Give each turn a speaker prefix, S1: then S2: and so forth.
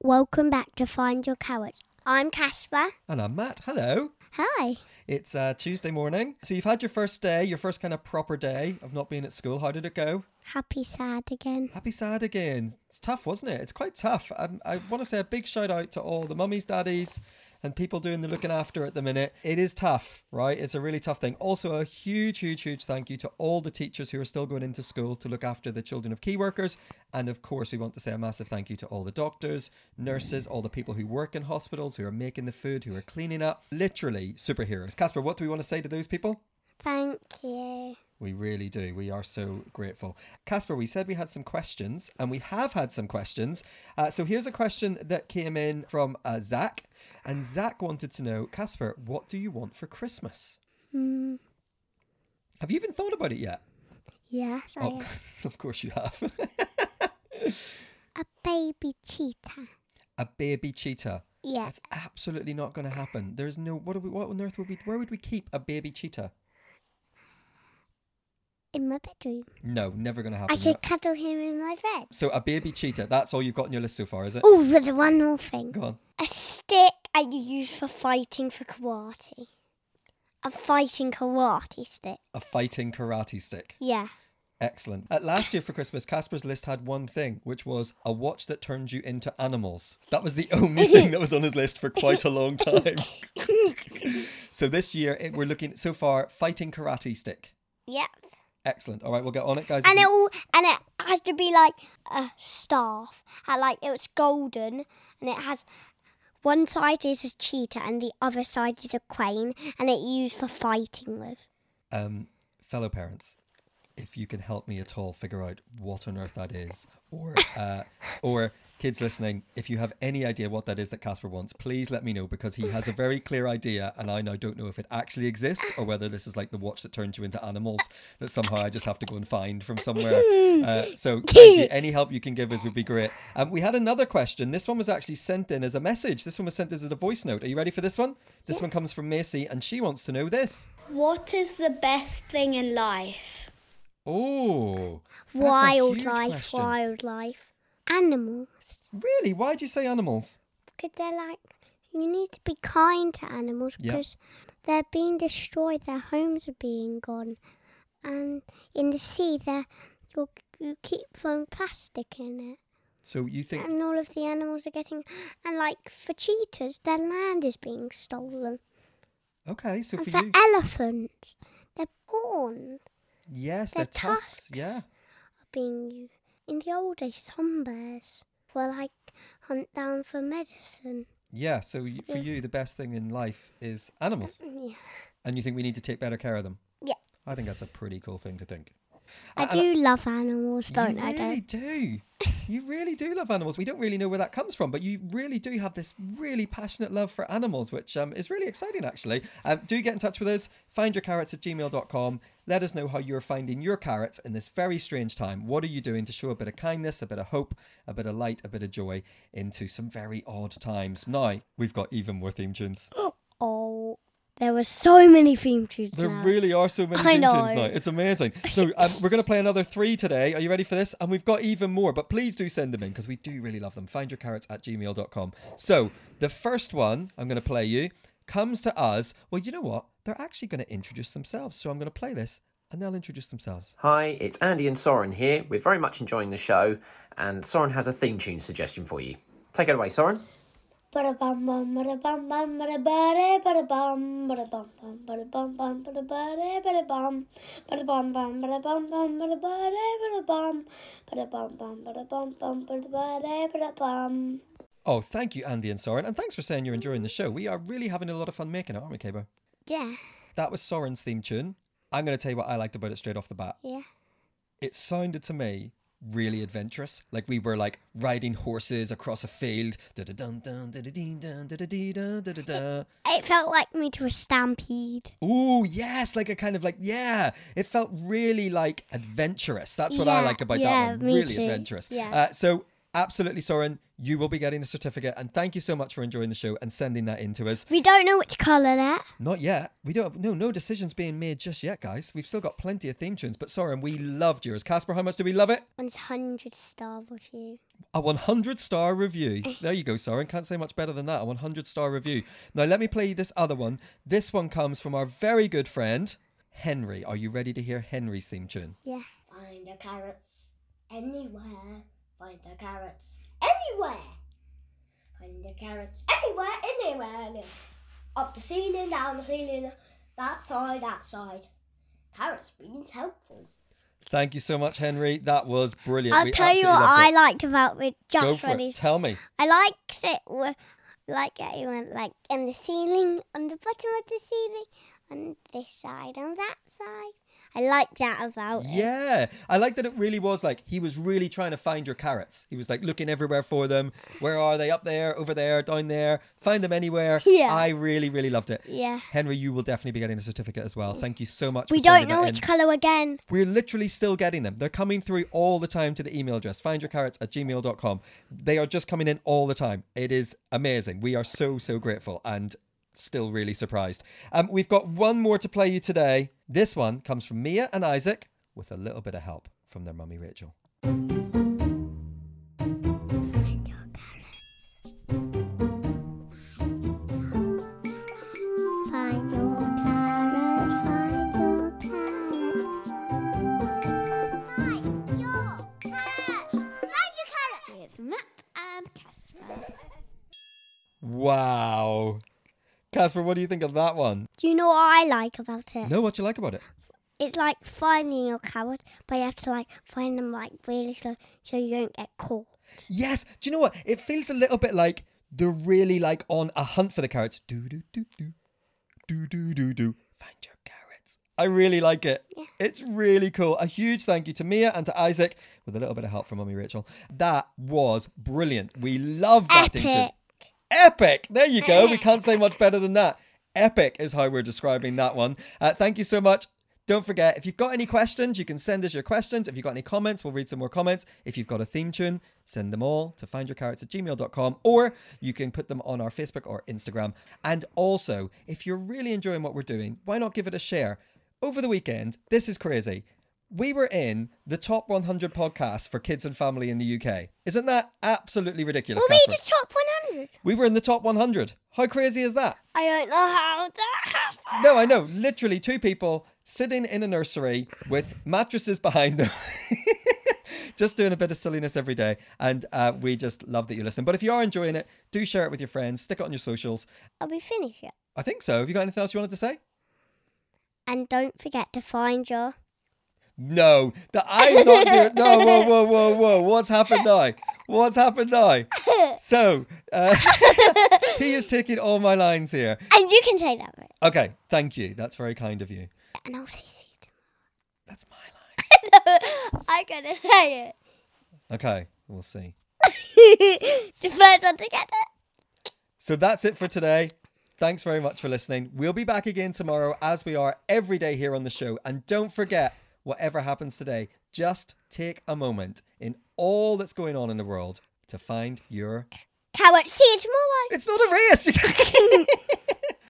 S1: Welcome back to Find Your Carrot. I'm Casper.
S2: And I'm Matt. Hello.
S1: Hi.
S2: It's uh, Tuesday morning. So you've had your first day, your first kind of proper day of not being at school. How did it go?
S1: Happy sad again.
S2: Happy sad again. It's tough, wasn't it? It's quite tough. Um, I want to say a big shout out to all the mummies, daddies, and people doing the looking after at the minute. It is tough, right? It's a really tough thing. Also, a huge, huge, huge thank you to all the teachers who are still going into school to look after the children of key workers. And of course, we want to say a massive thank you to all the doctors, nurses, all the people who work in hospitals, who are making the food, who are cleaning up. Literally superheroes. Casper, what do we want to say to those people?
S1: Thank you.
S2: We really do. We are so grateful. Casper, we said we had some questions, and we have had some questions. Uh, so here's a question that came in from uh, Zach. And Zach wanted to know Casper, what do you want for Christmas?
S1: Mm,
S2: Have you even thought about it yet?
S1: yes, I
S2: Oh,
S1: am.
S2: of course you have.
S1: A baby cheetah.
S2: a baby cheetah.
S1: Yes.
S2: That's absolutely not going to happen. There's no. What, do we, what on earth would we. Where would we keep a baby cheetah?
S1: In my bedroom.
S2: No, never going to
S1: I
S2: happen.
S1: could cuddle him in my bed.
S2: So a baby cheetah. That's all you've got on your list so far, is it?
S1: Oh, there's one more thing.
S2: Go on.
S1: A stick I use for fighting for karate. A fighting karate stick.
S2: A fighting karate stick.
S1: Yeah.
S2: Excellent. At last year for Christmas, Casper's list had one thing, which was a watch that turns you into animals. That was the only thing that was on his list for quite a long time. so this year, it, we're looking so far fighting karate stick.
S1: Yep.
S2: Excellent. All right, we'll get on it, guys.
S1: And it all and it has to be like a staff. And like it was golden and it has one side is a cheetah and the other side is a crane and it used for fighting with.
S2: um, fellow parents, if you can help me at all figure out what on earth that is, or uh, or kids listening, if you have any idea what that is that Casper wants, please let me know because he has a very clear idea, and I now don't know if it actually exists or whether this is like the watch that turns you into animals that somehow I just have to go and find from somewhere. Uh, so thank you. any help you can give us would be great. Um, we had another question. This one was actually sent in as a message. This one was sent as a voice note. Are you ready for this one? This one comes from Macy, and she wants to know this.
S3: What is the best thing in life?
S2: Oh, that's a huge
S1: wildlife,
S2: question.
S1: wildlife. Animals.
S2: Really? Why do you say animals?
S1: Because they're like you need to be kind to animals
S2: Yep.
S1: because they're being destroyed, their homes are being gone. And in the sea they you you keep throwing plastic in it.
S2: So you think?
S1: and all of the animals are getting and like for cheetahs their land is being stolen
S2: Okay, so
S1: and
S2: for
S1: for
S2: you,
S1: elephants their horns
S2: yes,
S1: their
S2: they're tusks.
S1: tusks.
S2: Yeah.
S1: are being used in the old days some bears were like hunt down for medicine
S2: Yeah. So y for
S1: Yeah.
S2: you, the best thing in life is animals,
S1: yeah.
S2: and you think we need to take better care of them.
S1: Yeah.
S2: I think that's a pretty cool thing to think.
S1: i
S2: And-
S1: do love animals don't
S2: you
S1: i
S2: really
S1: don't
S2: do. You really do love animals. We don't really know where that comes from, but you really do have this really passionate love for animals, which um, is really exciting, actually. Um, do get in touch with us. Find your carrots at gmail.com. Let us know how you're finding your carrots in this very strange time. What are you doing to show a bit of kindness, a bit of hope, a bit of light, a bit of joy into some very odd times? Now, we've got even more theme tunes.
S1: oh there were so many theme tunes
S2: There
S1: now.
S2: really are so many
S1: I
S2: theme tunes
S1: know.
S2: now. It's amazing. So um, we're going to play another three today. Are you ready for this? And we've got even more, but please do send them in because we do really love them. Find your carrots at gmail.com. So the first one I'm going to play you comes to us. Well, you know what? They're actually going to introduce themselves. So I'm going to play this and they'll introduce themselves.
S4: Hi, it's Andy and Soren here. We're very much enjoying the show, and Soren has a theme tune suggestion for you. Take it away, Soren.
S3: Ba-da-bum, bum, ba-da-bum, bum, ba-da-ba-da, ba-da-bum, ba-da-bum, bum, ba-da-bum, bum, ba-da-ba-da, ba-da-bum. Ba-da-bum, bum, ba-da-bum, bum, ba-da-ba-da, ba-da-bum. Ba-da-bum, bum, ba-da-bum, bum, ba-da-ba-da, ba-da-bum.
S2: Oh, thank you, Andy and Soren. And thanks for saying you're enjoying the show. We are really having a lot of fun making it, aren't we, Cabo?
S1: yeah
S2: That was Soren's theme tune. I'm going to tell you what I liked about it straight off the bat.
S1: yeah
S2: it sounded to me really adventurous. Like we were like riding horses across a field. Dun-dun-dun, dun-dun-dun, dun-dun-dun, dun-dun-dun.
S1: it felt like me to a stampede
S2: Ooh, yes, like a kind of like yeah. It felt really like adventurous. That's what I
S1: Yeah,
S2: like about
S1: yeah,
S2: that one.
S1: me
S2: Really
S1: too.
S2: adventurous.
S1: Yeah.
S2: Uh, so Absolutely, Soren. You will be getting a certificate. And thank you so much for enjoying the show and sending that in to us.
S1: We don't know which colour yet.
S2: Not yet. We don't have no no decisions being made just yet, guys. We've still got plenty of theme tunes, but Soren, we loved yours. Casper, how much do we love it?
S1: One's hundred star review.
S2: A 100 star review. There you go, Soren. Can't say much better than that. A 100 star review. Now let me play you this other one. This one comes from our very good friend Henry. Are you ready to hear Henry's theme tune?
S1: Yeah.
S3: Find the carrots anywhere. Find the carrots anywhere. Find the carrots anywhere, anywhere. anywhere. Up the ceiling, down the ceiling, that side, that side. Carrots beans helpful.
S2: Thank you so much, Henry. That was brilliant.
S1: I'll
S2: We
S1: tell you
S2: absolutely
S1: what
S2: loved
S1: I
S2: it.
S1: liked about with
S2: Go
S1: Just
S2: for it.
S1: Ready.
S2: Tell me.
S1: I liked it with, like it went like in the ceiling, on the bottom of the ceiling, on this side, on that side. I like that about it.
S2: Yeah, I like that it really was like he was really trying to find your carrots. He was like looking everywhere for them. Where are they? Up there, over there, down there. Find them anywhere.
S1: Yeah.
S2: I really, really loved it.
S1: Yeah.
S2: Henry, you will definitely be getting a certificate as well. Thank you so much.
S1: We
S2: for sending
S1: don't know
S2: that
S1: which
S2: in.
S1: colour again.
S2: We're literally still getting them. They're coming through all the time to the email address, findyourcarrots at gmail.com. They are just coming in all the time. It is amazing. We are so, so grateful and still really surprised. Um, we've got one more to play you today. This one comes from Mia and Isaac with a little bit of help from their mummy Rachel.
S1: Find your carrots. Find your carrots. Find your carrots. Find your carrots. Find your carrots. With Matt and Casper.
S2: Wow. Casper, what do you think of that one?
S1: Do you know what I like about it?
S2: No, what you like about it?
S1: It's like finding your carrots, but you have to like find them like really slow so you don't get caught.
S2: Yes. Do you know what? It feels a little bit like they're really like on a hunt for the carrots. Do do do do do do do do. Find your carrots. I really like it. It's really cool. A huge thank you to Mia and to Isaac with a little bit of help from Mummy Rachel. That was brilliant. We love that thing too.
S1: Epic.
S2: Epic. There you go. We can't say much better than that. Epic is how we're describing that one. Uh, thank you so much. Don't forget, if you've got any questions, you can send us your questions. If you've got any comments, we'll read some more comments. If you've got a theme tune, send them all to findyourcarrots at gmail.com or you can put them on our Facebook or Instagram. And also, if you're really enjoying what we're doing, why not give it a share? Over the weekend, this is crazy. We were in the top 100 podcasts for kids and family in the UK. Isn't that absolutely ridiculous?
S1: We'll be
S2: Casper?
S1: the top 100.
S2: We were in the top 100. How crazy is that?
S1: I don't know how that happened.
S2: No, I know. Literally, two people sitting in a nursery with mattresses behind them. Just doing a bit of silliness every day. And uh, we just love that you listen. But if you are enjoying it, do share it with your friends, stick it on your socials.
S1: Are we finished yet?
S2: I think so. Have you got anything else you wanted to say?
S1: And don't forget to find your.
S2: No, that I'm not doing. No, whoa, whoa, whoa, whoa! What's happened now? What's happened now? So uh, he is taking all my lines here.
S1: And you can say that bit.
S2: Okay, thank you. That's very kind of you.
S1: And I'll say see you
S2: That's my line.
S1: tomorrow. I'm gonna say
S2: Okay, we'll see.
S1: it. the first one to get it.
S2: So that's it for today. Thanks very much for listening. We'll be back again tomorrow as we are every day here on the show. And don't forget, whatever happens today, just take a moment in all that's going on in the world to find your.
S1: Coward, see you tomorrow.
S2: It's not a race! You can't-